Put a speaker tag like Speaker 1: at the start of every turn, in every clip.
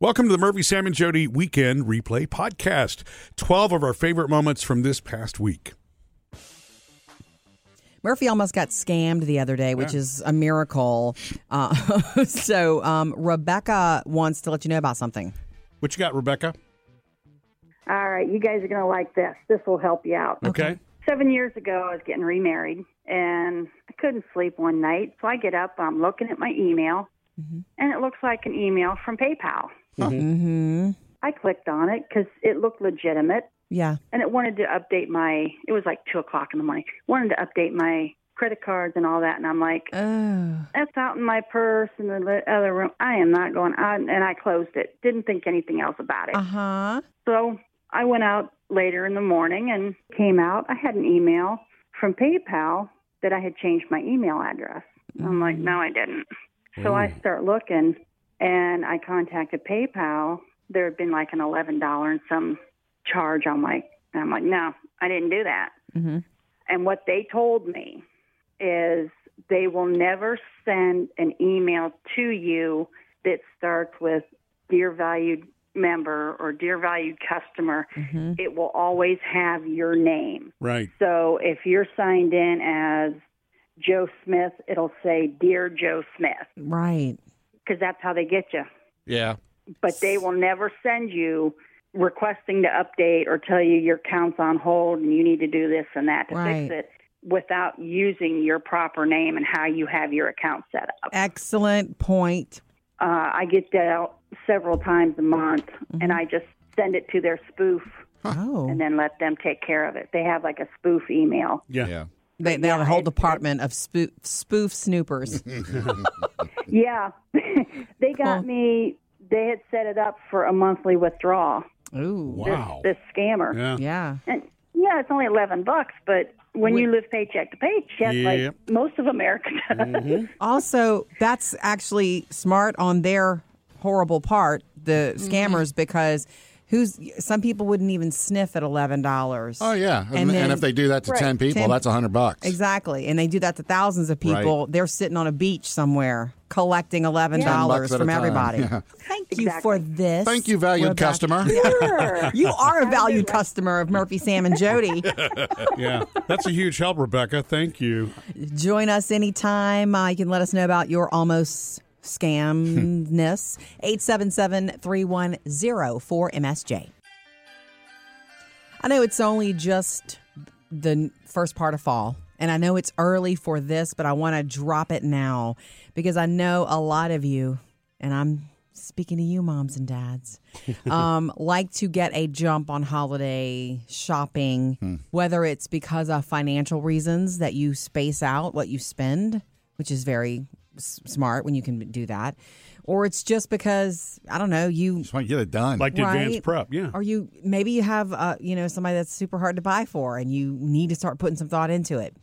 Speaker 1: Welcome to the Murphy, Sam, and Jody Weekend Replay Podcast. 12 of our favorite moments from this past week.
Speaker 2: Murphy almost got scammed the other day, which is a miracle. Uh, so um, Rebecca wants to let you know about something.
Speaker 1: What you got, Rebecca?
Speaker 3: All right, you guys are going to like this. This will help you out.
Speaker 1: Okay.
Speaker 3: Seven years ago, I was getting remarried and I couldn't sleep one night. So I get up, I'm looking at my email, and it looks like an email from PayPal.
Speaker 2: Mm-hmm.
Speaker 3: I clicked on it because it looked legitimate
Speaker 2: Yeah.
Speaker 3: and it wanted to update my, it was like two o'clock in the morning, wanted to update my credit cards and all that. And I'm like,
Speaker 2: Oh.
Speaker 3: that's out in my purse in the li- other room. I am not going on. And I closed it, didn't think anything else about it.
Speaker 2: Uh huh.
Speaker 3: So I went out later in the morning and came out. I had an email from PayPal that I had changed my email address. I'm like, no, I didn't. So I start looking and I contacted PayPal. There had been like an $11 and some charge on my, and I'm like, no, I didn't do that.
Speaker 2: Mm-hmm.
Speaker 3: And what they told me is they will never send an email to you that starts with dear valued member or dear valued customer.
Speaker 2: Mm-hmm.
Speaker 3: It will always have your name.
Speaker 1: Right.
Speaker 3: So if you're signed in as Joe Smith, it'll say dear Joe Smith
Speaker 2: Right.
Speaker 3: because that's how they get you.
Speaker 1: Yeah.
Speaker 3: But they will never send you requesting to update or tell you your account's on hold and you need to do this and that to
Speaker 2: Right.
Speaker 3: fix it without using your proper name and how you have your account set up.
Speaker 2: Excellent point.
Speaker 3: Uh, I get that out several times a month and I just send it to their spoof
Speaker 2: Mm-hmm. Oh.
Speaker 3: and then let them take care of it. They have like a spoof email.
Speaker 1: Yeah.
Speaker 2: They, they have a whole department of spoof, spoof snoopers.
Speaker 3: Yeah. they got
Speaker 2: Cool.
Speaker 3: me, they had set it up for a monthly withdrawal.
Speaker 2: Ooh.
Speaker 3: This,
Speaker 1: Wow.
Speaker 3: this scammer.
Speaker 1: Yeah.
Speaker 2: Yeah.
Speaker 3: And yeah, it's only eleven bucks, but when you live paycheck to paycheck,
Speaker 1: Yep.
Speaker 3: like most of America does,
Speaker 2: Also, that's actually smart on their horrible part, the
Speaker 4: Mm-hmm.
Speaker 2: scammers, because who's some people wouldn't even sniff at eleven dollars.
Speaker 4: Oh yeah, and,
Speaker 2: And
Speaker 4: and,
Speaker 2: then-
Speaker 4: if they do that to
Speaker 3: Right.
Speaker 4: ten people,
Speaker 2: 10
Speaker 4: that's a hundred bucks.
Speaker 2: Exactly. And they do that to thousands of people. They're sitting on a beach somewhere collecting $11
Speaker 4: bucks at a
Speaker 2: from
Speaker 4: time.
Speaker 2: everybody.
Speaker 4: Yeah.
Speaker 2: Thank you for this.
Speaker 4: Thank you, valued
Speaker 2: Rebecca.
Speaker 4: customer.
Speaker 3: sure.
Speaker 2: You are a valued customer of Murphy, Sam, and Jody.
Speaker 1: Yeah. That's a huge help, Rebecca. Thank you.
Speaker 2: Join us anytime. Uh, you can let us know about your almost scamness. 877 310 4MSJ. I know it's only just the n- first part of fall, and I know it's early for this, but I want to drop it now because I know a lot of you, and I'm speaking to you, moms and dads, um, like to get a jump on holiday shopping, whether it's because of financial reasons that you space out what you spend, which is very s- smart when you can do that, or it's just because, I don't know, you
Speaker 4: Just want to get it done.
Speaker 1: Like the advanced
Speaker 2: Right.
Speaker 1: prep. Yeah.
Speaker 2: or you maybe you have uh, you know somebody that's super hard to buy for, and you need to start putting some thought into it.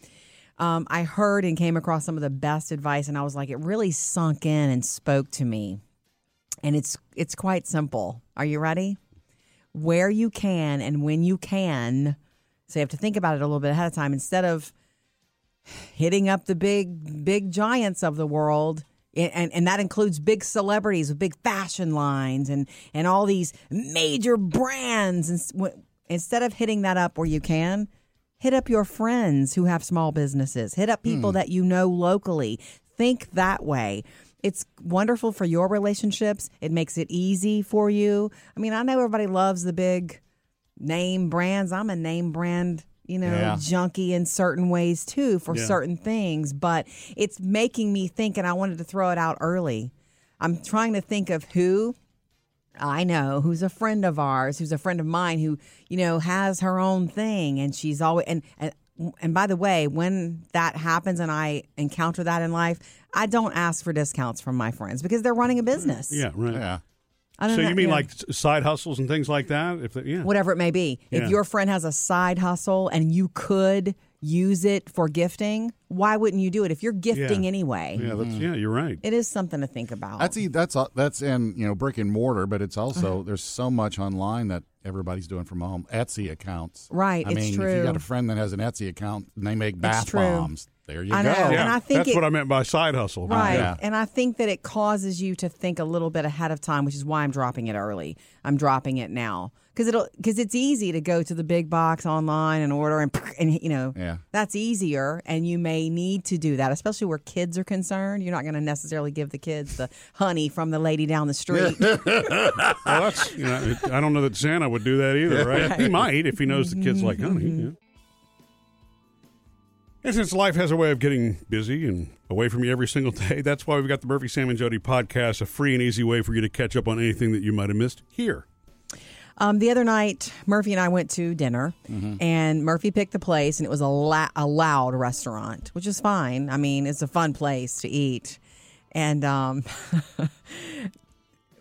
Speaker 2: Um, I heard and came across some of the best advice, and I was like, it really sunk in and spoke to me. And it's it's quite simple. Are you ready? Where you can and when you can, so you have to think about it a little bit ahead of time instead of hitting up the big big giants of the world and, and, and that includes big celebrities with big fashion lines and, and all these major brands and s- w- instead of hitting that up where you can hit up your friends who have small businesses hit up people that you know locally think that way it's wonderful for your relationships it makes it easy for you i mean i know everybody loves the big name brands. I'm a name brand, you know,
Speaker 4: Yeah.
Speaker 2: junkie in certain ways too for certain things, but it's making me think, and I wanted to throw it out early. I'm trying to think of who I know who's a friend of ours, who's a friend of mine, who you know has her own thing, and she's always and and, and by the way, when that happens and I encounter that in life, I don't ask for discounts from my friends because they're running a business.
Speaker 1: Yeah. Right.
Speaker 4: yeah,
Speaker 2: I don't
Speaker 1: So
Speaker 2: know-
Speaker 1: you mean
Speaker 2: yeah.
Speaker 1: like s- side hustles and things like that? If they, yeah.
Speaker 2: whatever it may be.
Speaker 1: Yeah.
Speaker 2: If your friend has a side hustle and you could use it for gifting, why wouldn't you do it? If you're gifting
Speaker 1: Yeah.
Speaker 2: anyway,
Speaker 1: Yeah. That's, yeah. You're right.
Speaker 2: it is something to think about.
Speaker 4: that's e- that's a- that's in you know brick and mortar, but it's
Speaker 2: Uh-huh.
Speaker 4: also there's so much online that everybody's doing from home. Etsy accounts,
Speaker 2: Right,
Speaker 4: I
Speaker 2: it's
Speaker 4: mean, if
Speaker 2: true.
Speaker 4: you got a friend that has an Etsy account and they make bath
Speaker 2: true.
Speaker 4: bombs, There you
Speaker 2: I
Speaker 4: go.
Speaker 2: know.
Speaker 1: Yeah,
Speaker 2: And I think
Speaker 1: that's
Speaker 2: it-
Speaker 1: what I meant by side hustle.
Speaker 2: Right.
Speaker 4: yeah.
Speaker 2: And I think that it causes you to think a little bit ahead of time, which is why I'm dropping it early. I'm dropping it now because it'll because it's easy to go to the big box online and order and and you know
Speaker 4: Yeah.
Speaker 2: that's easier and you may need to do that, especially where kids are concerned. You're not going to necessarily give the kids the honey from the lady down the street.
Speaker 1: Well, that's you know, it- I don't know that Santa would do that either, right? He might if he knows the kids like honey.
Speaker 2: Mm-hmm.
Speaker 1: Yeah. And since life has a way of getting busy and away from you every single day, that's why we've got the Murphy Sam and Jody podcast, a free and easy way for you to catch up on anything that you might have missed here.
Speaker 2: Um, the other night, Murphy and I went to dinner, and Murphy picked the place, and it was a, la- a loud restaurant, which is fine. I mean, it's a fun place to eat. And um,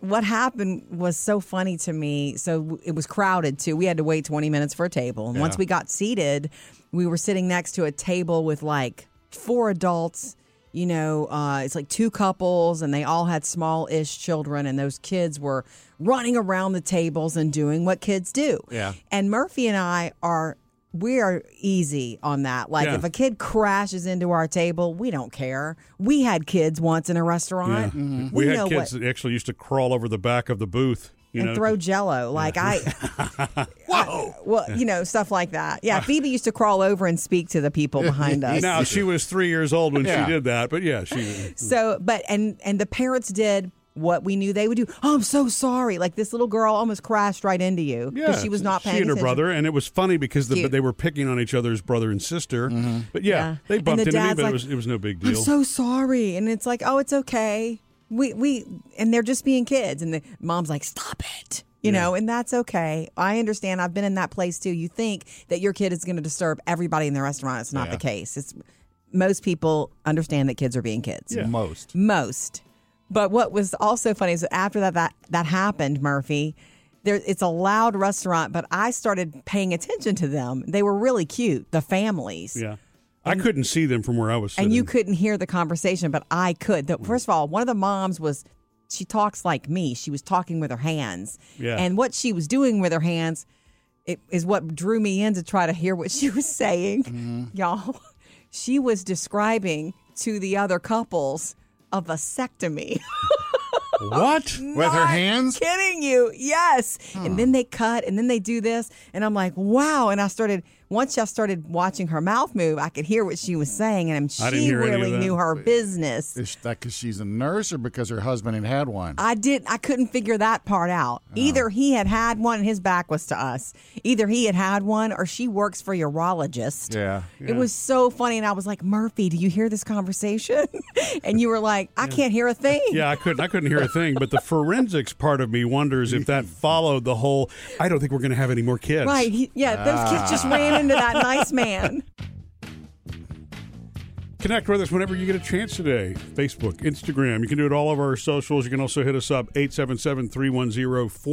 Speaker 2: what happened was so funny to me. So it was crowded too. We had to wait 20 minutes for a table. And once we got seated, we were sitting next to a table with like four adults. You know, uh, it's like two couples, and they all had small ish children, and those kids were running around the tables and doing what kids do.
Speaker 4: Yeah.
Speaker 2: And Murphy and I are. We are easy on that. Like,
Speaker 1: Yeah.
Speaker 2: if a kid crashes into our table, we don't care. We had kids once in a restaurant. Mm-hmm.
Speaker 1: Mm-hmm. We, had
Speaker 2: know what-
Speaker 1: kids that actually used to crawl over the back of the booth. You
Speaker 2: and
Speaker 1: know,
Speaker 2: throw jello. Like I, whoa, well, you know, stuff like that. Yeah, Phoebe used to crawl over and speak to the people behind us.
Speaker 1: now she was three years old when
Speaker 4: Yeah.
Speaker 1: she did that, but yeah, she.
Speaker 2: So, but and and the parents did what we knew they would do. Oh, I'm so sorry. Like this little girl almost crashed right into you because she was not paying
Speaker 1: She and her
Speaker 2: attention.
Speaker 1: brother, and it was funny because the,
Speaker 2: Cute. Mm-hmm.
Speaker 1: they were picking on each other's brother and sister. But yeah,
Speaker 2: Yeah.
Speaker 1: they
Speaker 2: And
Speaker 1: bumped
Speaker 2: the
Speaker 1: into me,
Speaker 2: dad's
Speaker 1: but it
Speaker 2: like,
Speaker 1: was it was no big
Speaker 2: I'm
Speaker 1: deal.
Speaker 2: so sorry, and it's like, oh, it's okay. We we and they're just being kids, and the mom's like, stop it. You know, and that's okay. I understand. I've been in that place too. You think that your kid is going to disturb everybody in the restaurant. It's not the case. It's most people understand that kids are being kids.
Speaker 4: Most.
Speaker 2: Most. But what was also funny is after that that, that happened, Murphy, there it's a loud restaurant, but I started paying attention to them. They were really cute, the families.
Speaker 1: yeah, I couldn't see them from where I was. Sitting.
Speaker 2: And you couldn't hear the conversation, but I could.
Speaker 1: Mm.
Speaker 2: The, first of all, one of the moms was she talks like me. She was talking with her hands.
Speaker 1: Yeah.
Speaker 2: And what she was doing with her hands it, is what drew me in to try to hear what she was saying.
Speaker 1: Mm-hmm.
Speaker 2: Y'all, she was describing to the other couples a vasectomy.
Speaker 1: what?
Speaker 4: With her
Speaker 2: Not
Speaker 4: hands?
Speaker 2: Kidding you. Yes. And then they cut and then they do this. And I'm like, wow. And I started, once I started watching her mouth move, I could hear what she was saying. And
Speaker 1: I
Speaker 2: I'm-
Speaker 1: didn't
Speaker 2: she
Speaker 1: hear any of
Speaker 2: really
Speaker 1: that.
Speaker 2: knew her business.
Speaker 4: Is that because she's a nurse or because her husband had had one?
Speaker 2: I did. I couldn't figure that part out. Either he had had one and his back was to us. Either he had had one or she works for urologist.
Speaker 4: yeah.
Speaker 2: It was so funny, and I was like, "Murphy, do you hear this conversation?" and you were like, "I can't hear a thing."
Speaker 1: Yeah, I couldn't. I couldn't hear a thing. But the forensics part of me wonders if that followed the whole. I don't think we're going to have any more kids.
Speaker 2: Right? He, yeah, those kids just ran into that nice man.
Speaker 1: Connect with us whenever you get a chance today. Facebook, Instagram. You can do it all of our socials. You can also hit us up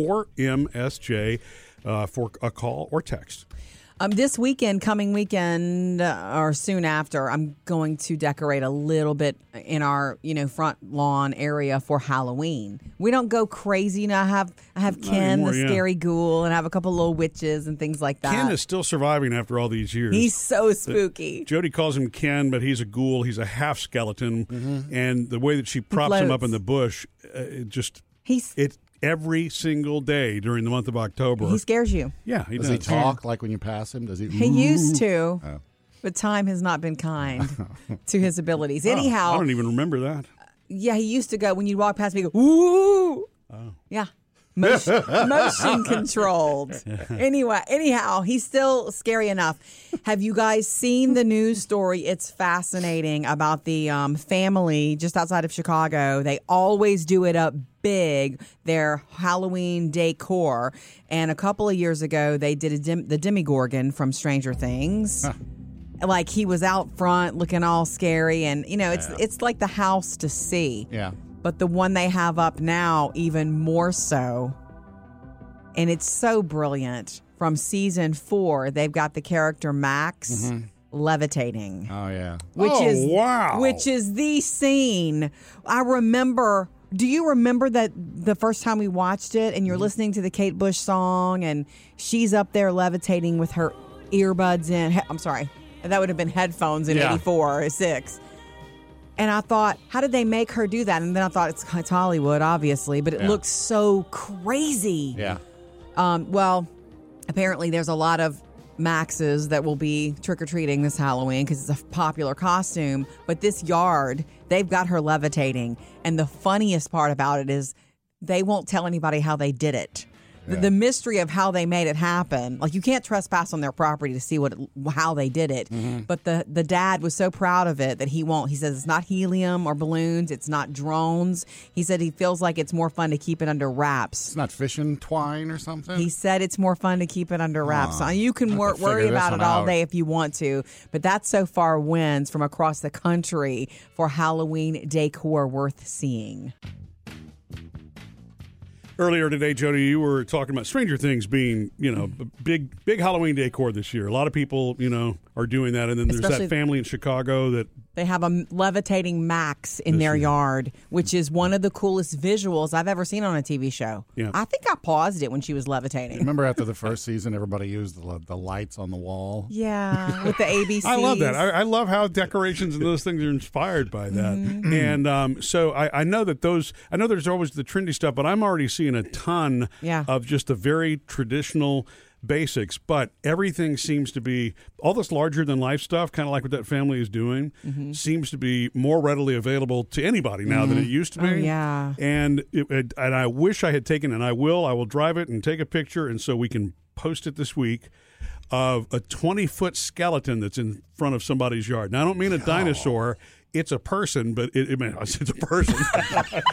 Speaker 1: 877-310-4MSJ uh, for a call or text.
Speaker 2: Um, this weekend, coming weekend, uh, or soon after, I'm going to decorate a little bit in our, you know, front lawn area for Halloween. We don't go crazy, you know. I have I have Ken,
Speaker 1: anymore,
Speaker 2: the
Speaker 1: yeah.
Speaker 2: scary ghoul, and I have a couple little witches and things like that.
Speaker 1: Ken is still surviving after all these years.
Speaker 2: He's so spooky.
Speaker 1: Jody calls him Ken, but he's a ghoul. He's a half skeleton,
Speaker 2: Mm-hmm.
Speaker 1: and the way that she props him up
Speaker 2: floats.
Speaker 1: in the bush, uh, it just
Speaker 2: He's
Speaker 1: it every single day during the month of October.
Speaker 2: he scares you.
Speaker 1: yeah, he
Speaker 4: Does
Speaker 1: does.
Speaker 4: he talk like when you pass him? Does he?
Speaker 2: He used to, but time has not been kind to his abilities. Anyhow,
Speaker 1: Oh, I don't e- even remember that.
Speaker 2: Yeah, he used to go when you walk past me, he go, ooh. Yeah. Motion, motion controlled. Anyway, anyhow, he's still scary enough. Have you guys seen the news story? It's fascinating about the um, family just outside of Chicago. They always do it up big, their Halloween decor. And a couple of years ago, they did a dim- the Demigorgon from Stranger Things like he was out front looking all scary and you know it's it's like the house to see
Speaker 4: Yeah.
Speaker 2: but the one they have up now even more so and it's so brilliant from season 4 they've got the character Max levitating
Speaker 4: Oh, yeah.
Speaker 2: which
Speaker 1: Oh,
Speaker 2: is
Speaker 1: wow.
Speaker 2: which is the scene I remember do you remember that the first time we watched it and
Speaker 4: Mm-hmm.
Speaker 2: you're listening to the Kate Bush song and she's up there levitating with her earbuds in he- I'm sorry and that would have been headphones in
Speaker 4: Yeah.
Speaker 2: 84 or 6. And I thought, how did they make her do that? And then I thought, it's, it's Hollywood, obviously, but it
Speaker 4: Yeah.
Speaker 2: looks so crazy.
Speaker 4: Yeah.
Speaker 2: Um, well, apparently there's a lot of Maxes that will be trick or treating this Halloween because it's a popular costume. But this yard, they've got her levitating, and the funniest part about it is they won't tell anybody how they did it. The, the mystery of how they made it happen, like you can't trespass on their property to see what it, how they did it. But the the dad was so proud of it that he won't. He says it's not helium or balloons, it's not drones. He said he feels like it's more fun to keep it under wraps.
Speaker 4: It's not fishing twine or something.
Speaker 2: He said it's more fun to keep it under wraps.
Speaker 4: Aw,
Speaker 2: So you can
Speaker 4: have
Speaker 2: wor-
Speaker 4: to figure
Speaker 2: worry
Speaker 4: this
Speaker 2: about
Speaker 4: one
Speaker 2: it all
Speaker 4: out.
Speaker 2: day if you want to, but that so far wins from across the country for Halloween decor worth seeing.
Speaker 1: Earlier today, Jody, you were talking about Stranger Things being, you know, a big big Halloween decor this year. A lot of people, you know, are doing that, and then there's
Speaker 2: Especially-
Speaker 1: that family in Chicago that
Speaker 2: They have a m- levitating Max in their yard, which is one of the coolest visuals I've ever seen on a TV show.
Speaker 1: Yeah.
Speaker 2: I think I paused it when she was levitating.
Speaker 4: Remember after the first season, everybody used the, the lights on the wall.
Speaker 2: Yeah, with the ABC.
Speaker 1: I love that. I, I love how decorations and those things are inspired by that. And um, so I, I know that those, I know there's always the trendy stuff, but I'm already seeing a ton
Speaker 2: Yeah.
Speaker 1: of just the very traditional basics. But everything seems to be, all this larger than life stuff, kind of like what that family is doing, seems to be more readily available to anybody now than it used to be.
Speaker 2: Oh, yeah.
Speaker 1: And, it, it- and I wish I had taken, and I will, I will drive it and take a picture, and so we can post it this week of a 20 foot skeleton that's in front of somebody's yard. Now, I don't mean a dinosaur. It's a person, but it, it, it's a person.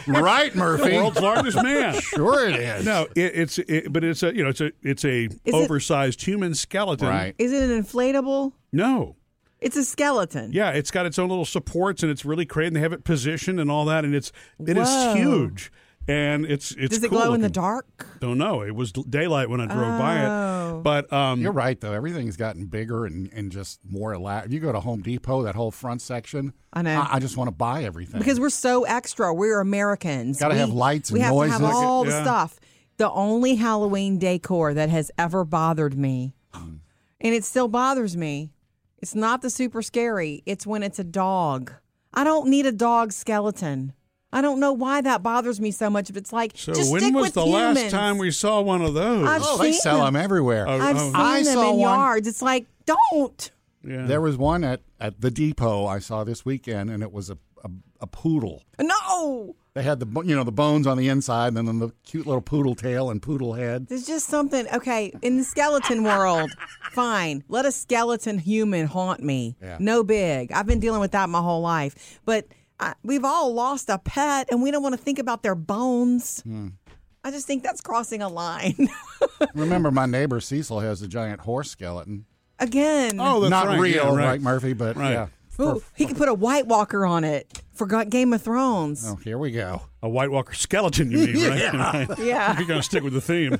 Speaker 4: right, Murphy?
Speaker 1: World's largest man.
Speaker 4: sure it is.
Speaker 1: No, it, it's it, but it's a you know it's a it's a
Speaker 2: it-
Speaker 1: oversized human skeleton.
Speaker 4: Right.
Speaker 2: Is it an inflatable?
Speaker 1: No.
Speaker 2: It's a skeleton.
Speaker 1: Yeah, it's got its own little supports and it's really great and they have it positioned and all that and it's it is
Speaker 2: Whoa.
Speaker 1: huge. And it's it's
Speaker 2: Does it
Speaker 1: cool
Speaker 2: glow in the
Speaker 1: looking.
Speaker 2: dark?
Speaker 1: Don't know. It was daylight when I drove by
Speaker 2: Oh.
Speaker 1: it. But um
Speaker 4: You're right, though. Everything's gotten bigger and, and just more elaborate. You go to Home Depot, that whole front section.
Speaker 2: I know.
Speaker 4: I, I just want to buy everything.
Speaker 2: because we're so extra. We're Americans.
Speaker 4: Gotta
Speaker 2: we,
Speaker 4: have lights
Speaker 2: we
Speaker 4: and
Speaker 2: have to have
Speaker 4: noises.
Speaker 2: all
Speaker 1: Yeah.
Speaker 2: the stuff. The only Halloween decor that has ever bothered me, and it still bothers me, it's not the super scary. It's when it's a dog. I don't need a dog skeleton. I don't know why that bothers me so much. But it's like
Speaker 1: so
Speaker 2: just
Speaker 1: when
Speaker 2: stick
Speaker 1: was
Speaker 2: with
Speaker 1: the
Speaker 2: humans.
Speaker 1: last time we saw one of those?
Speaker 2: I've
Speaker 4: oh, they
Speaker 2: seen
Speaker 4: sell
Speaker 2: them.
Speaker 4: them everywhere.
Speaker 2: I've
Speaker 1: oh.
Speaker 2: seen
Speaker 4: uh, I
Speaker 2: them
Speaker 4: saw
Speaker 2: in
Speaker 4: one.
Speaker 2: yards. It's like don't.
Speaker 1: yeah.
Speaker 4: There was one at, at the depot I saw this weekend, and it was a, a, a poodle.
Speaker 2: No,
Speaker 4: They had the bo- you know the bones on the inside, and then the cute little poodle tail and poodle head.
Speaker 2: there's just something. Okay, in the skeleton world, fine. Let a skeleton human haunt me.
Speaker 4: Yeah.
Speaker 2: No big. I've been dealing with that my whole life. But I, we've all lost a pet, and we don't want to think about their bones.
Speaker 4: Hmm.
Speaker 2: I just think that's crossing a line.
Speaker 4: Remember, my neighbor Cecil has a giant horse skeleton.
Speaker 2: Again,
Speaker 1: Oh, that's
Speaker 4: Not
Speaker 1: right.
Speaker 4: real,
Speaker 1: Yeah,
Speaker 4: right. Murphy? But
Speaker 1: Right.
Speaker 4: yeah.
Speaker 2: Ooh, he could put a White Walker on it for Ga- Game of Thrones.
Speaker 4: Oh, here we go.
Speaker 1: A White Walker skeleton, you mean, right?
Speaker 2: Yeah.
Speaker 1: You're going to stick with the theme.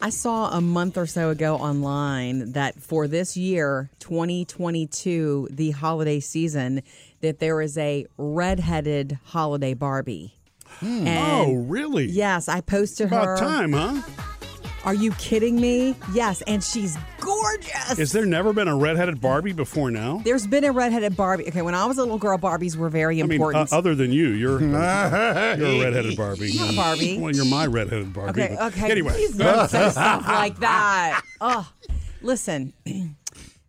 Speaker 2: I saw a month or so ago online that for this year, 2022, the holiday season, that there is a redheaded holiday Barbie. And
Speaker 1: Oh, really?
Speaker 2: yes, I posted her.
Speaker 1: About time, huh?
Speaker 2: Are you kidding me? Yes, and she's gorgeous.
Speaker 1: Is there never been a redheaded Barbie before now?
Speaker 2: There's been a redheaded Barbie. Okay, when I was a little girl, Barbies were very
Speaker 1: I mean,
Speaker 2: important.
Speaker 1: uh, other than you, you're you're a redheaded Barbie.
Speaker 2: You're not Barbie.
Speaker 1: Well, you're my redheaded Barbie.
Speaker 2: Okay,
Speaker 1: but
Speaker 2: okay.
Speaker 1: Anyway,
Speaker 2: Please don't say stuff like that. Oh, listen.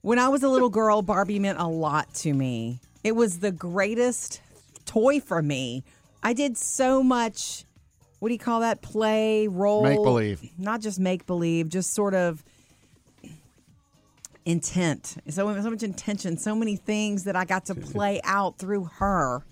Speaker 2: When I was a little girl, Barbie meant a lot to me. It was the greatest toy for me. I did so much. What do you call that? Play, role,
Speaker 4: Make-believe.
Speaker 2: Not just make believe, just sort of intent. So so much intention, so many things that I got to play out through her.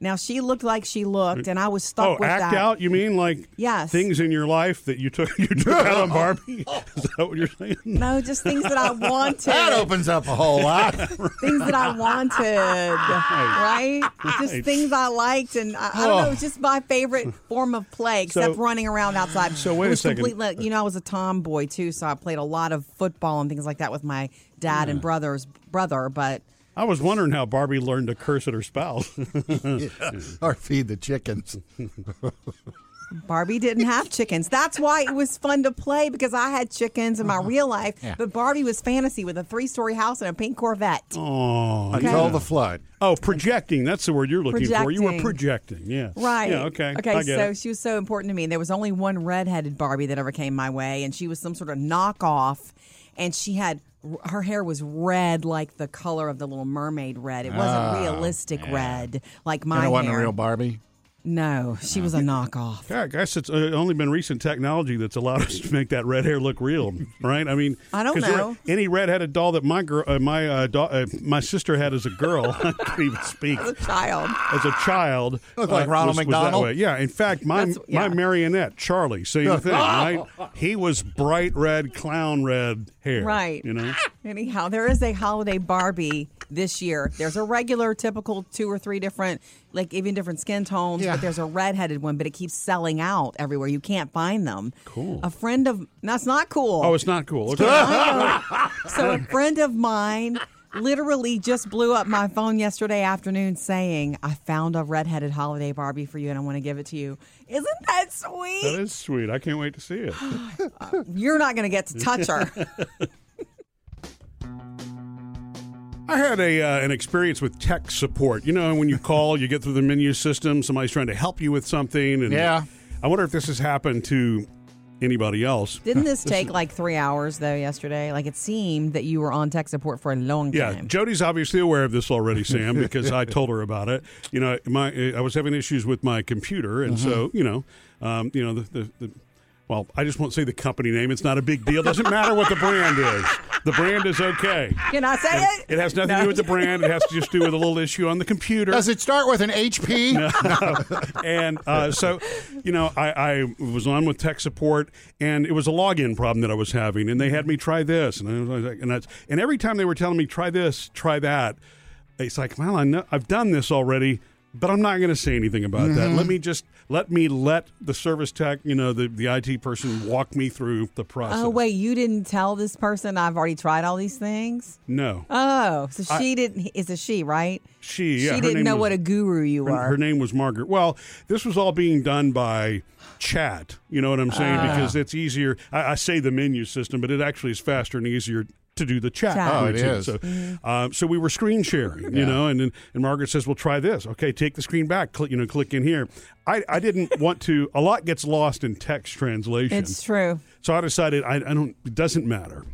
Speaker 2: Now she looked like she looked, and I was stuck
Speaker 1: oh,
Speaker 2: with
Speaker 1: act
Speaker 2: that.
Speaker 1: out. You mean like
Speaker 2: Yes.
Speaker 1: things in your life that you took you took out on Barbie? Is that what you're saying?
Speaker 2: No, just things that I wanted.
Speaker 4: That opens up a whole lot.
Speaker 2: things that I wanted, right? Just things I liked, and I, I don't know, it was just my favorite form of play, except
Speaker 1: Oh. So-
Speaker 2: running around outside.
Speaker 1: so wait
Speaker 2: It
Speaker 1: a
Speaker 2: was
Speaker 1: second.
Speaker 2: completely- you know, I was a tomboy too, so I played a lot of football and things like that with my dad and brother's brother. But
Speaker 1: I was wondering how Barbie learned to curse at her spouse.
Speaker 4: or feed the chickens.
Speaker 2: Barbie didn't have chickens. That's why it was fun to play because I had chickens in my
Speaker 1: Uh-huh.
Speaker 2: real life,
Speaker 4: Yeah.
Speaker 2: but Barbie was fantasy with a three story house and a pink Corvette.
Speaker 1: Oh,
Speaker 4: Until the flood.
Speaker 1: oh, projecting. That's the word you're looking for. You were projecting. Yeah.
Speaker 2: Right.
Speaker 1: Yeah. Okay.
Speaker 2: Okay.
Speaker 1: I get
Speaker 2: so
Speaker 1: it.
Speaker 2: she was so important to me. There was only one redheaded Barbie that ever came my way, and she was some sort of knockoff, and she had her hair was red like the color of the Little Mermaid red. It wasn't realistic red like my
Speaker 4: And it Ah, wasn't a
Speaker 2: hair.
Speaker 4: real Barbie.
Speaker 2: no, she was a knockoff.
Speaker 1: Yeah, I guess it's uh, only been recent technology that's allowed us to make that red hair look real, right? I mean,
Speaker 2: I don't
Speaker 1: 'cause there-
Speaker 2: know.
Speaker 1: any redheaded doll that my girl, uh, my uh, da- uh, my sister had as a girl, I can't even speak
Speaker 2: As a child.
Speaker 1: as a child.
Speaker 4: Looked like
Speaker 1: uh,
Speaker 4: Ronald
Speaker 1: was, was
Speaker 4: McDonald. Oh,
Speaker 1: that way. Yeah, in fact, my
Speaker 2: That's- yeah.
Speaker 1: my marionette Charlie, same thing, right? He was bright red, clown red hair,
Speaker 2: Right.
Speaker 1: You know,
Speaker 2: Anyhow, there is a holiday Barbie this year. There's a regular, typical two or three different, like even different skin tones,
Speaker 4: Yeah.
Speaker 2: but there's a redheaded one, but it keeps selling out everywhere. You can't find them.
Speaker 1: Cool.
Speaker 2: A friend of that's not cool.
Speaker 1: oh, it's not cool. Okay.
Speaker 2: I know. so a friend of mine literally just blew up my phone yesterday afternoon saying, I found a redheaded holiday Barbie for you and I want to give it to you. Isn't that sweet?
Speaker 1: That is sweet. I can't wait to see it.
Speaker 2: You're not gonna get to touch her.
Speaker 1: I had a uh, an experience with tech support. You know, when you call, you get through the menu system. Somebody's trying to help you with something. And
Speaker 4: Yeah.
Speaker 1: I wonder if this has happened to anybody else.
Speaker 2: Didn't this take like three hours though yesterday? Like it seemed that you were on tech support for a long
Speaker 1: Yeah,
Speaker 2: time.
Speaker 1: Jody's obviously aware of this already, Sam, because I told her about it. You know, my I was having issues with my computer, and so you know, um, you know the, the, the well, I just won't say the company name. It's not a big deal. Doesn't matter what the brand is. The brand is okay.
Speaker 2: Can I say it?
Speaker 1: It has nothing to do with the brand. It has to just do with a little issue on the computer.
Speaker 4: Does it start with an HP?
Speaker 1: and uh, so, you know, I, I was on with tech support, and it was a login problem that I was having, and they had me try this, and I was like, and, that's, and every time they were telling me try this, try that, it's like, well, I know, I've done this already, but I'm not going to say anything about that.
Speaker 2: Mm-hmm.
Speaker 1: Let me just let me let the service tech, you know, the the IT person walk me through the process.
Speaker 2: Oh wait, you didn't tell this person I've already tried all these things.
Speaker 1: no,
Speaker 2: Oh, so she didn't. It's a she, right?
Speaker 1: she yeah,
Speaker 2: she
Speaker 1: her
Speaker 2: didn't
Speaker 1: name
Speaker 2: know
Speaker 1: was-
Speaker 2: what a guru you
Speaker 1: Her-
Speaker 2: were.
Speaker 1: Her name was Margaret. Well, this was all being done by chat. You know what I'm saying?
Speaker 2: Ah.
Speaker 1: because it's easier. I, I say the menu system, but it actually is faster and easier to do the chat.
Speaker 2: Chat. Mm-hmm.
Speaker 4: Oh, it
Speaker 1: routine.
Speaker 4: is.
Speaker 1: So, um, so we were screen sharing, you know, and then and Margaret says, "Well, try this. Okay, take the screen back. Click, you know, click in here." I, I didn't want to. A lot gets lost in text translation.
Speaker 2: it's true.
Speaker 1: So I decided I, I don't. It doesn't matter.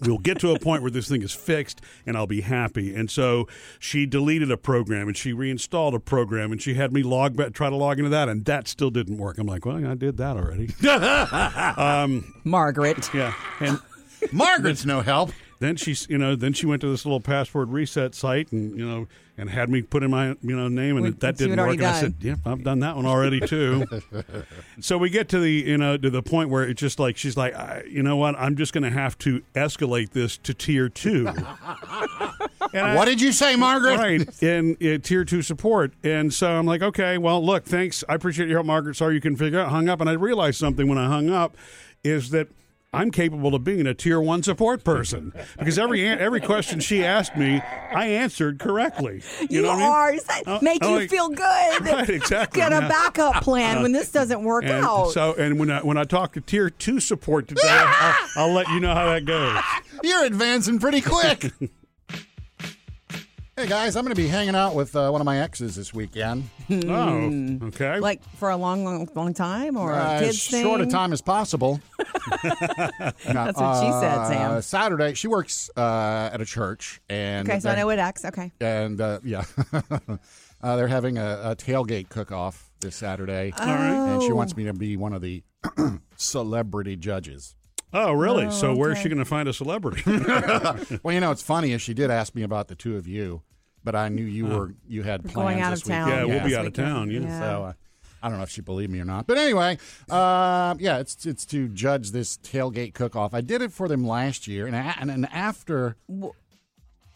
Speaker 1: We'll get to a point where this thing is fixed, and I'll be happy. And so she deleted a program, and she reinstalled a program, and she had me log back, try to log into that, and that still didn't work. I'm like, well, I did that already.
Speaker 2: Margaret.
Speaker 1: yeah. And
Speaker 4: Margaret's no help.
Speaker 1: then she's, you know, then she went to this little password reset site, and you know, and had me put in my, you know, name, and
Speaker 2: Which-
Speaker 1: that
Speaker 2: which you
Speaker 1: didn't
Speaker 2: had
Speaker 1: work.
Speaker 2: already
Speaker 1: And I said, yeah, I've done that one already too. so we get to the, you know, to the point where it's just like she's like, I, you know what, I'm just going to have to escalate this to tier two.
Speaker 4: What did you say, Margaret?
Speaker 1: Right. And uh, tier two support. And so I'm like, okay, well, look, thanks. I appreciate your help, Margaret. Sorry you can figure out. Hung up. And I realized something when I hung up is that I'm capable of being a tier one support person because every an- every question she asked me, I answered correctly. You,
Speaker 2: You,
Speaker 1: know what I mean?
Speaker 2: are. Does that
Speaker 1: Oh,
Speaker 2: make
Speaker 1: oh,
Speaker 2: you
Speaker 1: like-
Speaker 2: feel good?
Speaker 1: Right, exactly.
Speaker 2: Get a
Speaker 1: Yeah.
Speaker 2: backup plan when this doesn't work
Speaker 1: And
Speaker 2: out.
Speaker 1: so, and when I when I talk to tier two support today, I'll, I'll let you know how that goes.
Speaker 4: You're advancing pretty quick. hey, guys, I'm going to be hanging out with uh, one of my exes this weekend.
Speaker 1: Oh, okay.
Speaker 2: Hmm. like for a long, long, long time, or
Speaker 4: Uh,
Speaker 2: a
Speaker 4: as
Speaker 2: kids thing.
Speaker 4: short a time as possible.
Speaker 2: That's what she said,
Speaker 4: Uh,
Speaker 2: Sam.
Speaker 4: Saturday, she works uh, at a church, and
Speaker 2: Okay, so I
Speaker 4: they're-
Speaker 2: know it acts. Okay.
Speaker 4: and uh, yeah, uh, they're having a, a tailgate cook-off this Saturday,
Speaker 2: uh-huh.
Speaker 4: and she wants me to be one of the celebrity judges.
Speaker 1: oh, really? so, where is she going to find a celebrity?
Speaker 4: Well, you know, it's funny is she did ask me about the two of you, but I knew you
Speaker 1: Uh-huh.
Speaker 4: were you had plans
Speaker 2: going out
Speaker 4: this
Speaker 2: of town.
Speaker 1: yeah,
Speaker 4: weekend.
Speaker 1: we'll be
Speaker 2: this
Speaker 1: out of
Speaker 2: weekend.
Speaker 1: town. Yeah.
Speaker 4: So uh, I don't know if she believed me or not. But anyway, uh, yeah, it's it's to judge this tailgate cook-off. I did it for them last year, and a- and, and after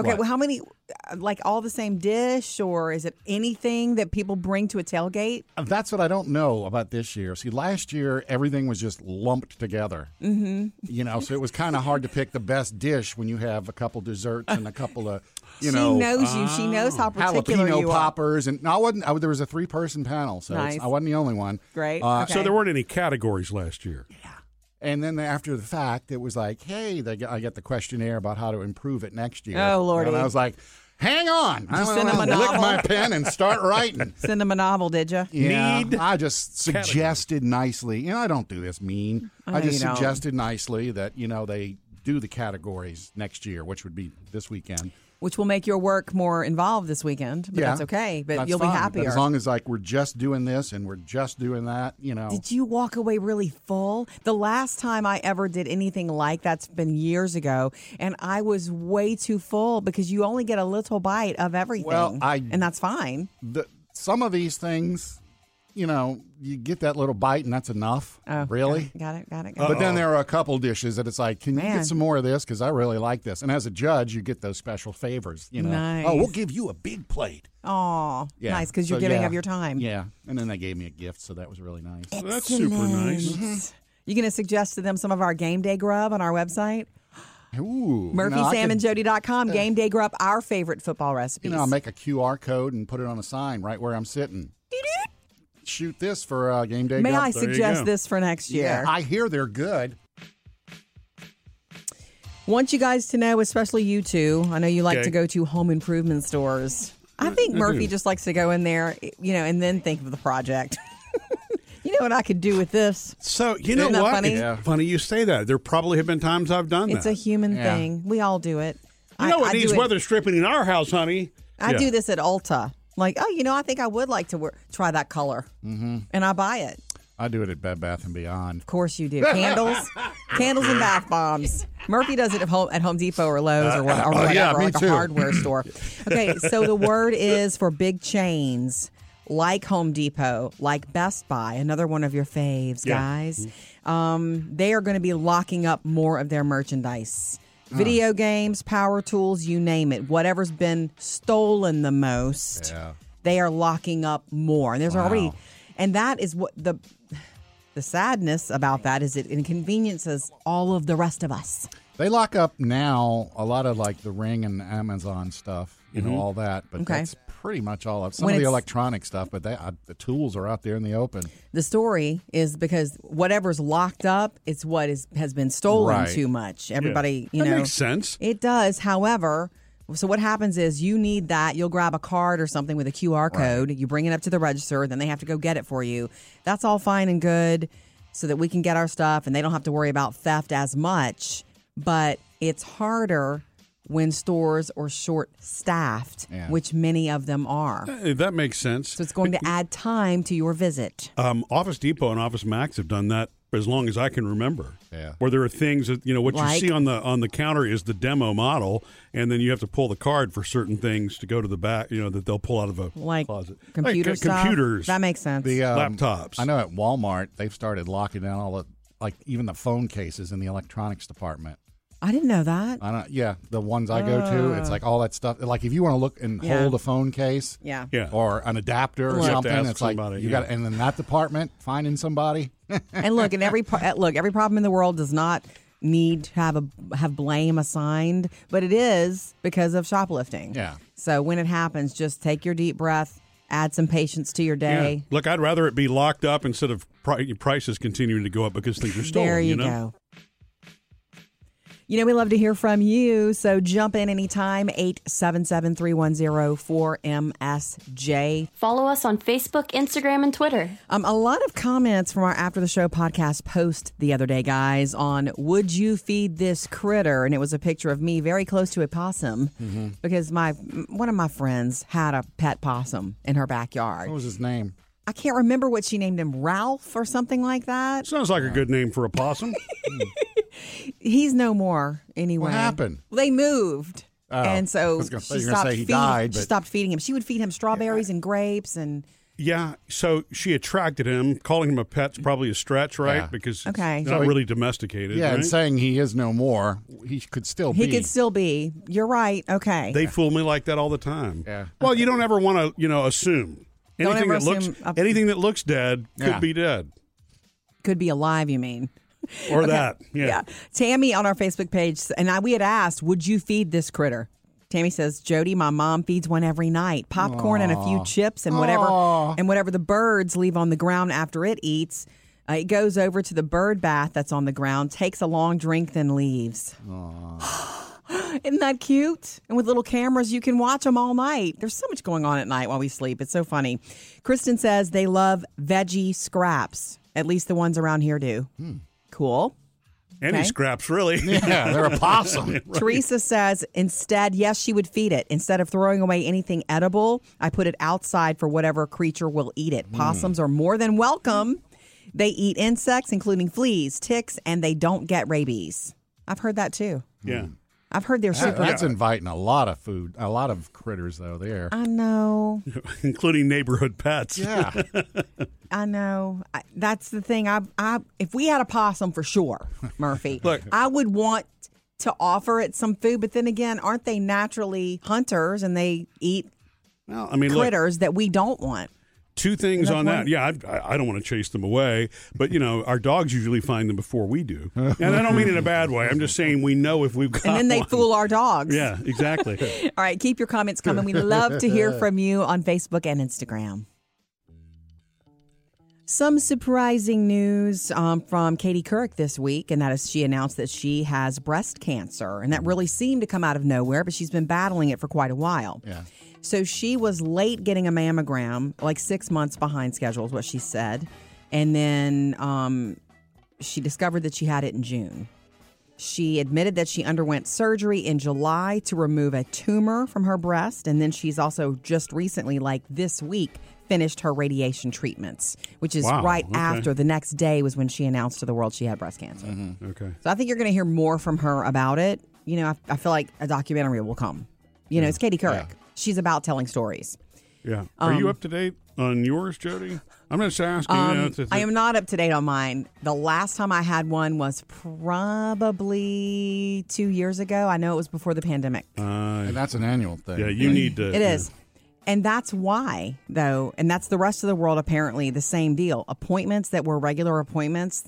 Speaker 2: Okay,
Speaker 4: What?
Speaker 2: well, how many, uh, like all the same dish, or is it anything that people bring to a tailgate?
Speaker 4: Uh, That's what I don't know about this year. See, last year everything was just lumped together. Mm-hmm. You know, so it was kind of hard to pick the best dish when you have a couple desserts and a couple of you
Speaker 2: she
Speaker 4: know uh,
Speaker 2: knows you. She knows how particular
Speaker 4: jalapeno
Speaker 2: you are.
Speaker 4: poppers. And no, I wasn't. I, there was a three person panel, so it's-
Speaker 2: Nice.
Speaker 4: I wasn't the only one.
Speaker 2: Great.
Speaker 4: Uh,
Speaker 2: okay.
Speaker 1: So there weren't any categories last year.
Speaker 4: And then after the fact, it was like, hey, they got, I got the questionnaire about how to improve it next year.
Speaker 2: Oh, Lordy.
Speaker 4: And I was like, hang on, I'm
Speaker 2: Just send
Speaker 4: gonna
Speaker 2: them a
Speaker 4: lick
Speaker 2: novel.
Speaker 4: my pen and start writing.
Speaker 2: Send them a novel, did you?
Speaker 4: Yeah,
Speaker 1: Need
Speaker 4: I just suggested nicely, and I don't do this mean. I,
Speaker 2: know
Speaker 4: just
Speaker 2: you don't.
Speaker 4: suggested nicely that you know they do the categories next year, which would be this weekend.
Speaker 2: Which will make your work more involved this weekend, but that's okay. But
Speaker 4: That's
Speaker 2: you'll
Speaker 4: fine.
Speaker 2: be
Speaker 4: But
Speaker 2: happier.
Speaker 4: as long as like we're just doing this and we're just doing that. You know,
Speaker 2: Did you walk away really full? The last time I ever did anything like that's been years ago, and I was way too full because you only get a little bite of everything.
Speaker 4: Well, I-
Speaker 2: and that's fine.
Speaker 4: the, some of these things, you know, you get that little bite and that's enough.
Speaker 2: Oh,
Speaker 4: really?
Speaker 2: Got it. Got it. Got it.
Speaker 4: But then there are a couple dishes that it's like, can you
Speaker 2: Man.
Speaker 4: get some more of this? Because I really like this. And as a judge, you get those special favors. You know,
Speaker 2: Nice.
Speaker 4: oh, we'll give you a big plate.
Speaker 2: Aw,
Speaker 4: Yeah.
Speaker 2: nice because
Speaker 4: So,
Speaker 2: you're giving
Speaker 4: yeah.
Speaker 2: of your time.
Speaker 4: Yeah. And then they gave me a gift, so that was really nice.
Speaker 1: So that's super nice.
Speaker 2: You going to suggest to them some of our game day grub on our website? Eh.
Speaker 4: Ooh. no, I could-
Speaker 2: MurphySamAndJody.com, game day grub, our favorite football
Speaker 4: You
Speaker 2: recipes.
Speaker 4: know, I'll make a QR code and put it on a sign right where I'm sitting. Shoot this for uh, game day.
Speaker 2: May
Speaker 4: Go-
Speaker 2: I
Speaker 1: There you go.
Speaker 2: suggest this for next year?
Speaker 4: Yeah, I hear they're good.
Speaker 2: Want you guys to know, especially you two, I know you like
Speaker 1: Okay.
Speaker 2: to go to home improvement stores. I think Murphy just likes to go in there, you know, and then think of the project. you know what I could do with this?
Speaker 1: So you know
Speaker 2: Isn't that
Speaker 1: what?
Speaker 2: funny?
Speaker 1: It's
Speaker 4: Yeah.
Speaker 1: funny you say that. There probably have been times I've done
Speaker 2: It's
Speaker 1: that.
Speaker 2: a human
Speaker 4: Yeah.
Speaker 2: thing. We all do it.
Speaker 1: you know what
Speaker 2: do
Speaker 1: needs
Speaker 2: it-
Speaker 1: weather stripping in our house, honey?
Speaker 2: I
Speaker 1: Yeah.
Speaker 2: do this at Ulta. Like, oh, you know, I think I would like to wear, try that color, mm-hmm. and I buy it.
Speaker 4: I do it at Bed Bath and Beyond.
Speaker 2: Of course, you do candles, candles and bath bombs. Murphy does it at Home at Home Depot or Lowe's or, what, or
Speaker 4: oh,
Speaker 2: whatever,
Speaker 4: yeah, me
Speaker 2: like
Speaker 4: too.
Speaker 2: a hardware store. Okay, so the word is for big chains like Home Depot, like Best Buy, another one of your faves,
Speaker 1: Yeah.
Speaker 2: guys.
Speaker 4: Mm-hmm.
Speaker 2: Um, they are going to be locking up more of their merchandise. Video games, power tools, you name it. Whatever's been stolen the most,
Speaker 4: Yeah.
Speaker 2: they are locking up more. And there's already, and that is what the the sadness about that is it inconveniences all of the rest of us.
Speaker 4: They lock up now a lot of like the Ring and Amazon stuff, you know, all that. But
Speaker 2: Mm-hmm. Okay.
Speaker 4: that's pretty much all of some
Speaker 2: When
Speaker 4: of the
Speaker 2: it's-
Speaker 4: electronic stuff. But they, uh, the tools are out there in the open.
Speaker 2: The story is because whatever's locked up, it's what is has been stolen
Speaker 4: Right.
Speaker 2: too much. Everybody, you
Speaker 1: that
Speaker 2: know,
Speaker 1: makes sense.
Speaker 2: it does. However, so what happens is you need that. You'll grab a card or something with a QR code. You bring it up to the register, then they have to go get it for you. That's all fine and good, so that we can get our stuff and they don't have to worry about theft as much. But it's harder when stores are short staffed,
Speaker 4: Yeah.
Speaker 2: which many of them are.
Speaker 1: Hey, that makes sense.
Speaker 2: So it's going to add time to your visit.
Speaker 1: Um, Office Depot and Office Max have done that for as long as I can remember.
Speaker 4: Yeah.
Speaker 1: Where there are things that you know what
Speaker 2: Like?
Speaker 1: you see on the on the counter is the demo model, and then you have to pull the card for certain things to go to the back. You know that they'll pull out of a
Speaker 2: Like
Speaker 1: closet,
Speaker 2: computer
Speaker 1: like, uh,
Speaker 2: stuff.
Speaker 1: computers,
Speaker 2: That makes sense.
Speaker 4: The um,
Speaker 1: laptops.
Speaker 4: I know at Walmart they've started locking down all the like even the phone cases in the electronics department.
Speaker 2: I didn't know that.
Speaker 4: I don't. Yeah, the ones I go to,
Speaker 1: Oh.
Speaker 4: it's like all that stuff. Like if you want to look and
Speaker 2: Yeah.
Speaker 4: hold a phone case,
Speaker 2: Yeah.
Speaker 1: Yeah.
Speaker 4: or an adapter
Speaker 1: You
Speaker 4: or
Speaker 1: have to
Speaker 4: something,
Speaker 1: ask
Speaker 4: it's like
Speaker 1: somebody,
Speaker 4: you
Speaker 1: yeah.
Speaker 4: got. And in that department, finding somebody.
Speaker 2: and look, and every pro- uh, look, every problem in the world does not need to have a have blame assigned, but it is because of shoplifting.
Speaker 4: Yeah.
Speaker 2: So when it happens, just take your deep breath, add some patience to your
Speaker 1: Yeah.
Speaker 2: day.
Speaker 1: Look, I'd rather it be locked up instead of pri- prices continuing to go up because things are stolen.
Speaker 2: there you,
Speaker 1: know?
Speaker 2: go. You know, we love to hear from you. So jump in anytime, 877 310 4MSJ.
Speaker 5: Follow us on Facebook, Instagram, and Twitter.
Speaker 2: Um, a lot of comments from our after the show podcast post the other day, guys, on would you feed this critter? And it was a picture of me very close to a possum
Speaker 4: Mm-hmm.
Speaker 2: because my one of my friends had a pet possum in her backyard.
Speaker 4: What was his name?
Speaker 2: I can't remember what she named him, Ralph or something like that.
Speaker 1: Sounds like a good name for a possum.
Speaker 2: He's no more anyway.
Speaker 4: What happened?
Speaker 2: They moved.
Speaker 4: Oh,
Speaker 2: and
Speaker 4: I
Speaker 2: so
Speaker 4: was gonna say-
Speaker 2: she
Speaker 4: you were gonna
Speaker 2: stopped
Speaker 4: say he
Speaker 2: feeding.
Speaker 4: died,
Speaker 2: she
Speaker 4: but-
Speaker 2: stopped feeding him. She would feed him strawberries and grapes and
Speaker 1: Yeah, so she attracted him. Calling him a pet's probably a stretch, right?
Speaker 4: Yeah.
Speaker 1: Because it's
Speaker 2: Okay.
Speaker 1: not
Speaker 2: So
Speaker 1: really domesticated.
Speaker 4: Yeah,
Speaker 1: right?
Speaker 4: and saying he is no more, he could still
Speaker 2: He
Speaker 4: be.
Speaker 2: could still be. You're right. Okay.
Speaker 1: They fool me like that all the time.
Speaker 4: Yeah.
Speaker 1: Well, you don't ever want to, you know, assume
Speaker 2: Don't
Speaker 1: anything
Speaker 2: ever
Speaker 1: that looks
Speaker 2: assume a-
Speaker 1: anything that looks dead could
Speaker 4: Yeah.
Speaker 1: be dead
Speaker 2: could be alive, you mean?
Speaker 1: or that. Yeah.
Speaker 2: Yeah. Tammy on our Facebook page, and I, we had asked, would you feed this critter? Tammy says, Jody, my mom feeds one every night. Popcorn and a few chips and whatever and whatever the birds leave on the ground after it eats. Uh, it goes over to the bird bath that's on the ground, takes a long drink, then leaves. Isn't that cute? And with little cameras, you can watch them all night. There's so much going on at night while we sleep. It's so funny. Kristen says they love veggie scraps. At least the ones around here do. Cool.
Speaker 1: Any
Speaker 2: Okay.
Speaker 1: scraps, really.
Speaker 4: yeah, they're a possum.
Speaker 2: Teresa says instead, yes, she would feed it. Instead of throwing away anything edible, I put it outside for whatever creature will eat
Speaker 1: Hmm.
Speaker 2: it. Possums are more than welcome. They eat insects, including fleas, ticks, and they don't get rabies. I've heard that too.
Speaker 1: yeah.
Speaker 2: I've heard they're
Speaker 4: That-
Speaker 2: super.
Speaker 4: that's inviting a lot of food, a lot of critters though. There.
Speaker 1: Uh.
Speaker 2: I know.
Speaker 1: Including neighborhood pets.
Speaker 4: Yeah.
Speaker 2: I know. I, that's the thing. I, I, if we had a possum for sure, Murphy,
Speaker 1: Look.
Speaker 2: I would want to offer it some food. But then again, aren't they naturally hunters and they eat
Speaker 1: Well, I mean, look,
Speaker 2: critters that we don't want?
Speaker 1: two things
Speaker 2: that
Speaker 1: on that.
Speaker 2: point?
Speaker 1: Yeah, I- I, I don't want to chase them away, but you know, our dogs usually find them before we do, and I don't mean in a bad way. I'm just saying we know if we've got.
Speaker 2: And then they
Speaker 1: one.
Speaker 2: fool our dogs.
Speaker 1: Yeah, exactly.
Speaker 2: All right. Keep your comments coming. We love to hear from you on Facebook and Instagram. Some surprising news um, from Katie Couric this week, and that is she announced that she has breast cancer. And that really seemed to come out of nowhere, but she's been battling it for quite a while.
Speaker 4: yeah.
Speaker 2: So she was late getting a mammogram, like six months behind schedule, is what she said. And then um, she discovered that she had it in June. She admitted that she underwent surgery in July to remove a tumor from her breast. And then she's also just recently, like this week, finished her radiation treatments, which is
Speaker 1: Wow,
Speaker 2: right
Speaker 1: okay.
Speaker 2: after the next day was when she announced to the world she had breast cancer.
Speaker 1: Okay.
Speaker 2: So I think you're going to hear more from her about it. You know, I, I feel like a documentary will come. You know, it's Katie Couric. She's about telling stories.
Speaker 1: Yeah. Are
Speaker 2: Um,
Speaker 1: you up to date on yours, Jody? I'm just asking. you know,
Speaker 2: Um,
Speaker 1: to-
Speaker 2: I am not up to date on mine. The last time I had one was probably two years ago. I know it was before the pandemic.
Speaker 1: Uh,
Speaker 4: And that's an annual thing.
Speaker 1: yeah, you need to.
Speaker 2: It is. And that's why, though, and that's the rest of the world apparently the same deal. Appointments that were regular appointments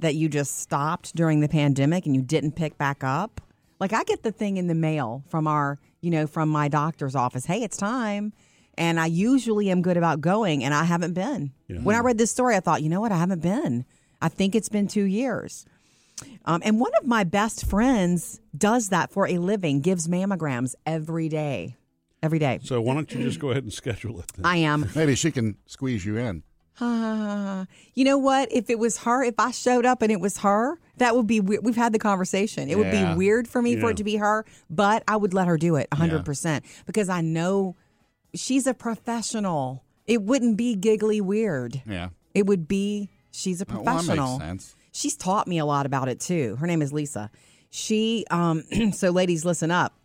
Speaker 2: that you just stopped during the pandemic and you didn't pick back up. Like I get the thing in the mail from our, you know, from my doctor's office. Hey, it's time. And I usually am good about going and I haven't been. When I read this story, I thought, you know what? I haven't been. I think it's been two years. Um, and one of my best friends does that for a living, gives mammograms every day. Every day.
Speaker 1: So why don't you just go ahead and schedule it? Then?
Speaker 2: I am.
Speaker 4: Maybe she can squeeze you in.
Speaker 2: Ah, you know what? If it was her, if I showed up and it was her, that would be weird. We've had the conversation. It would
Speaker 4: Yeah.
Speaker 2: be weird for me for
Speaker 1: Yeah.
Speaker 2: it to be her, but I would let her do it 100% because I know she's a professional. It wouldn't be giggly weird.
Speaker 4: Yeah.
Speaker 2: It would be she's a
Speaker 4: Oh, well, that
Speaker 2: professional.
Speaker 4: makes sense.
Speaker 2: She's taught me a lot about it too. Her name is Lisa. She, um, so ladies, listen up.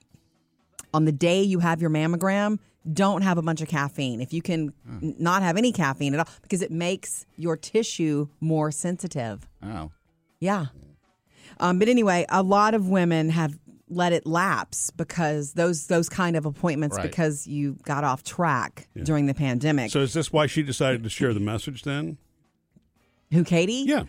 Speaker 2: On the day you have your mammogram, don't have a bunch of caffeine. If you can
Speaker 4: Hmm.
Speaker 2: n- not have any caffeine at all, because it makes your tissue more sensitive.
Speaker 4: Oh.
Speaker 2: Yeah. Um, but anyway, a lot of women have let it lapse because those those kind of appointments
Speaker 4: Right.
Speaker 2: because you got off track during the pandemic.
Speaker 1: So is this why she decided to share the message then?
Speaker 2: Who, Katie?
Speaker 1: Yeah.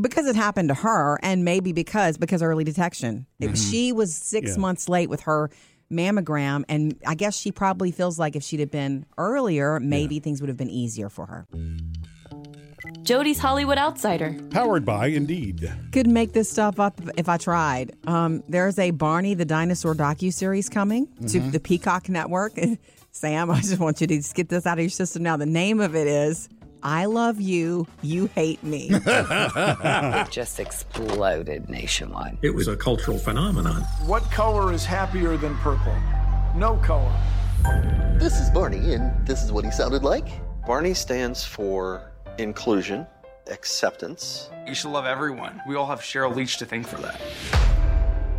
Speaker 2: because it happened to her and maybe because because early detection It- she was six
Speaker 1: Yeah.
Speaker 2: months late with her mammogram and i guess she probably feels like if she'd have been earlier maybe things would have been easier for her
Speaker 5: Jody's Hollywood Outsider.
Speaker 1: Powered by Indeed.
Speaker 2: could make this stuff up if i tried um, there's a barney the dinosaur docu-series coming to the peacock network sam i just want you to just get this out of your system now the name of it is i love you you hate me
Speaker 6: just exploded nationwide.
Speaker 7: It was a cultural phenomenon.
Speaker 8: What color is happier than purple? No color.
Speaker 9: This is Barney, and this is what he sounded like.
Speaker 10: Barney stands for inclusion, acceptance.
Speaker 11: You should love everyone. We all have Cheryl Leach to thank for that.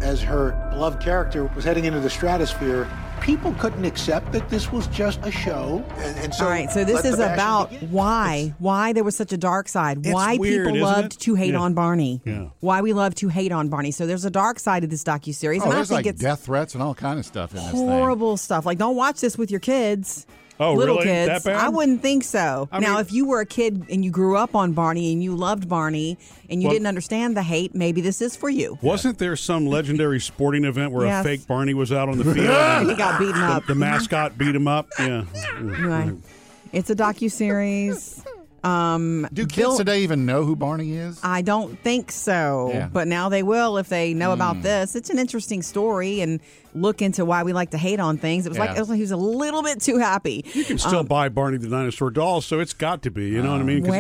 Speaker 8: As her beloved character was heading into the stratosphere,
Speaker 12: people couldn't accept that this was just a show. And, and so
Speaker 2: All right, so this
Speaker 12: let
Speaker 2: is
Speaker 12: the bashing
Speaker 2: about
Speaker 12: begin.
Speaker 2: why why there was such a dark side,
Speaker 12: It's
Speaker 2: why
Speaker 12: weird,
Speaker 2: people
Speaker 12: isn't
Speaker 2: loved
Speaker 12: it?
Speaker 2: to hate
Speaker 12: Yeah.
Speaker 2: on Barney,
Speaker 4: Yeah.
Speaker 2: why we love to hate on Barney. So there's a dark side of this docu series,
Speaker 4: Oh,
Speaker 2: and I
Speaker 4: there's
Speaker 2: think
Speaker 4: like
Speaker 2: it's
Speaker 4: death threats and all kind of stuff in this thing.
Speaker 2: horrible stuff. Like, don't watch this with your kids.
Speaker 4: Oh,
Speaker 2: little
Speaker 4: really?
Speaker 2: kids.
Speaker 4: That bad?
Speaker 2: I wouldn't think so.
Speaker 1: I
Speaker 2: now,
Speaker 1: mean-
Speaker 2: if you were a kid and you grew up on Barney and you loved Barney and you
Speaker 1: Well-
Speaker 2: didn't understand the hate, maybe this is for you.
Speaker 1: Wasn't there some legendary sporting event where
Speaker 2: Yes.
Speaker 1: a fake Barney was out on the field?
Speaker 2: He got beaten
Speaker 1: the-
Speaker 2: up.
Speaker 1: The, mascot beat him up. Yeah.
Speaker 2: Anyway, it's a docu series. Um,
Speaker 4: Do kids today even know who Barney is?
Speaker 2: I don't think so,
Speaker 4: Yeah.
Speaker 2: but now they will if they know
Speaker 1: Hmm.
Speaker 2: about this. It's an interesting story and look into why we like to hate on things. It was like
Speaker 1: Yeah.
Speaker 2: it was like he was a little bit too happy.
Speaker 1: You can still buy Barney the dinosaur doll, so it's got to be. You know what I mean? 'Cause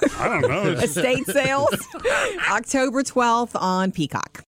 Speaker 1: it's
Speaker 2: Where?
Speaker 1: still- I don't know. It's-
Speaker 2: Estate sales, October twelfth on Peacock.